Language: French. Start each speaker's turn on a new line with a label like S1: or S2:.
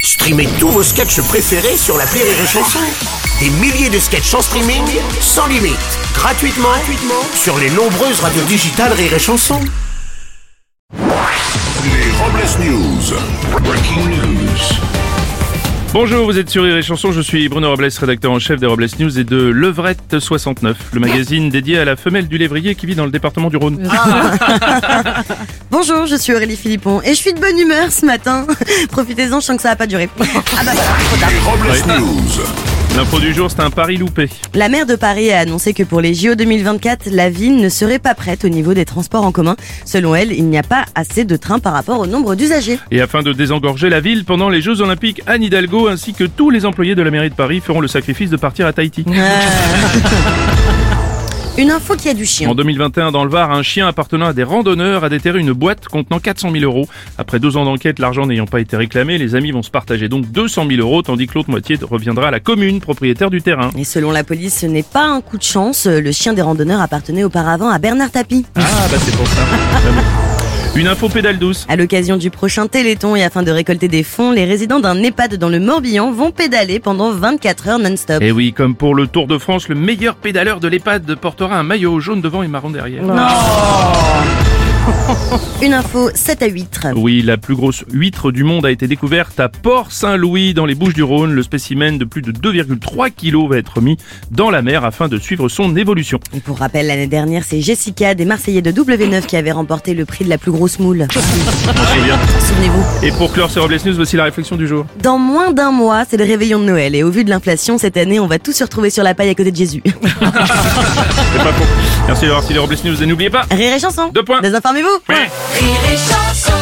S1: Streamez tous vos sketchs préférés sur la Rire et Chanson. Des milliers de sketchs en streaming, sans limite, gratuitement, gratuitement sur les nombreuses radios digitales Rire et Chanson.
S2: Les Robles News. Breaking news.
S3: Bonjour, vous êtes sur Rire et Chanson, je suis Bruno Robles, rédacteur en chef des Robles News et de Levrette 69, le magazine dédié à la femelle du lévrier qui vit dans le département du Rhône.
S4: Bonjour, je suis Aurélie Philippon et je suis de bonne humeur ce matin. Profitez-en, je sens que ça va pas durer. Ah bah voilà, trop tard.
S2: Les Robles
S3: Ouais.
S2: News.
S3: L'info du jour, c'est un pari loupé.
S4: La maire de Paris a annoncé que pour les JO 2024, la ville ne serait pas prête au niveau des transports en commun. Selon elle, il n'y a pas assez de trains par rapport au nombre d'usagers.
S3: Et afin de désengorger la ville pendant les Jeux Olympiques, Anne Hidalgo ainsi que tous les employés de la mairie de Paris feront le sacrifice de partir à Tahiti.
S4: Une info qui a du chien.
S3: En 2021, dans le Var, un chien appartenant à des randonneurs a déterré une boîte contenant 400 000 euros. Après deux ans d'enquête, l'argent n'ayant pas été réclamé, les amis vont se partager donc 200 000 euros, tandis que l'autre moitié reviendra à la commune, propriétaire du terrain.
S4: Et selon la police, ce n'est pas un coup de chance. Le chien des randonneurs appartenait auparavant à Bernard Tapie.
S3: Ah bah c'est pour ça. Une info pédale douce.
S4: À l'occasion du prochain Téléthon et afin de récolter des fonds, les résidents d'un EHPAD dans le Morbihan vont pédaler pendant 24 heures non-stop.
S3: Et Eh oui, comme pour le Tour de France, le meilleur pédaleur de l'EHPAD portera un maillot jaune devant et marron derrière.
S4: Une info 7 à 8.
S3: Oui, la plus grosse huître du monde a été découverte à Port-Saint-Louis, dans les Bouches-du-Rhône. Le spécimen de plus de 2,3 kg va être mis dans la mer afin de suivre son évolution.
S4: Et Pour rappel, l'année dernière, c'est Jessica des Marseillais de W9 qui avait remporté le prix de la plus grosse moule. Souvenez-vous.
S3: Et pour clore ce Robles News, voici la réflexion du jour.
S4: Dans moins d'un mois, c'est le réveillon de Noël et au vu de l'inflation cette année, on va tous se retrouver sur la paille à côté de Jésus.
S3: C'est pas faux. Merci d'avoir suivi les Robles News et n'oubliez pas...
S4: Rire et chanson.
S3: Deux points.
S4: Désinformez-vous.
S3: Ouais.
S5: Rire et chanson